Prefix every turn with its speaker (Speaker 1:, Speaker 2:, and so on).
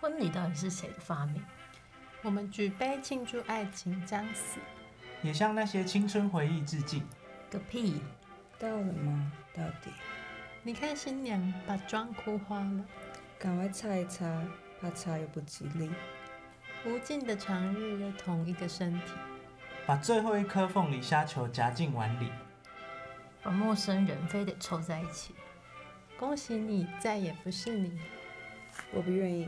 Speaker 1: 婚礼到底是谁的发明？
Speaker 2: 我们举杯庆祝爱情将死。
Speaker 3: 也向那些青春回忆致敬。
Speaker 1: 个屁！
Speaker 4: 到了吗？到底？
Speaker 2: 你看新娘把妆哭花了，
Speaker 4: 赶快擦一擦，怕擦又不吉利。
Speaker 2: 无尽的长日在同一个身体。
Speaker 3: 把最后一颗凤梨虾球夹进碗里，
Speaker 1: 把陌生人非得凑在一起，
Speaker 2: 恭喜你，再也不是你。
Speaker 4: 我不愿意。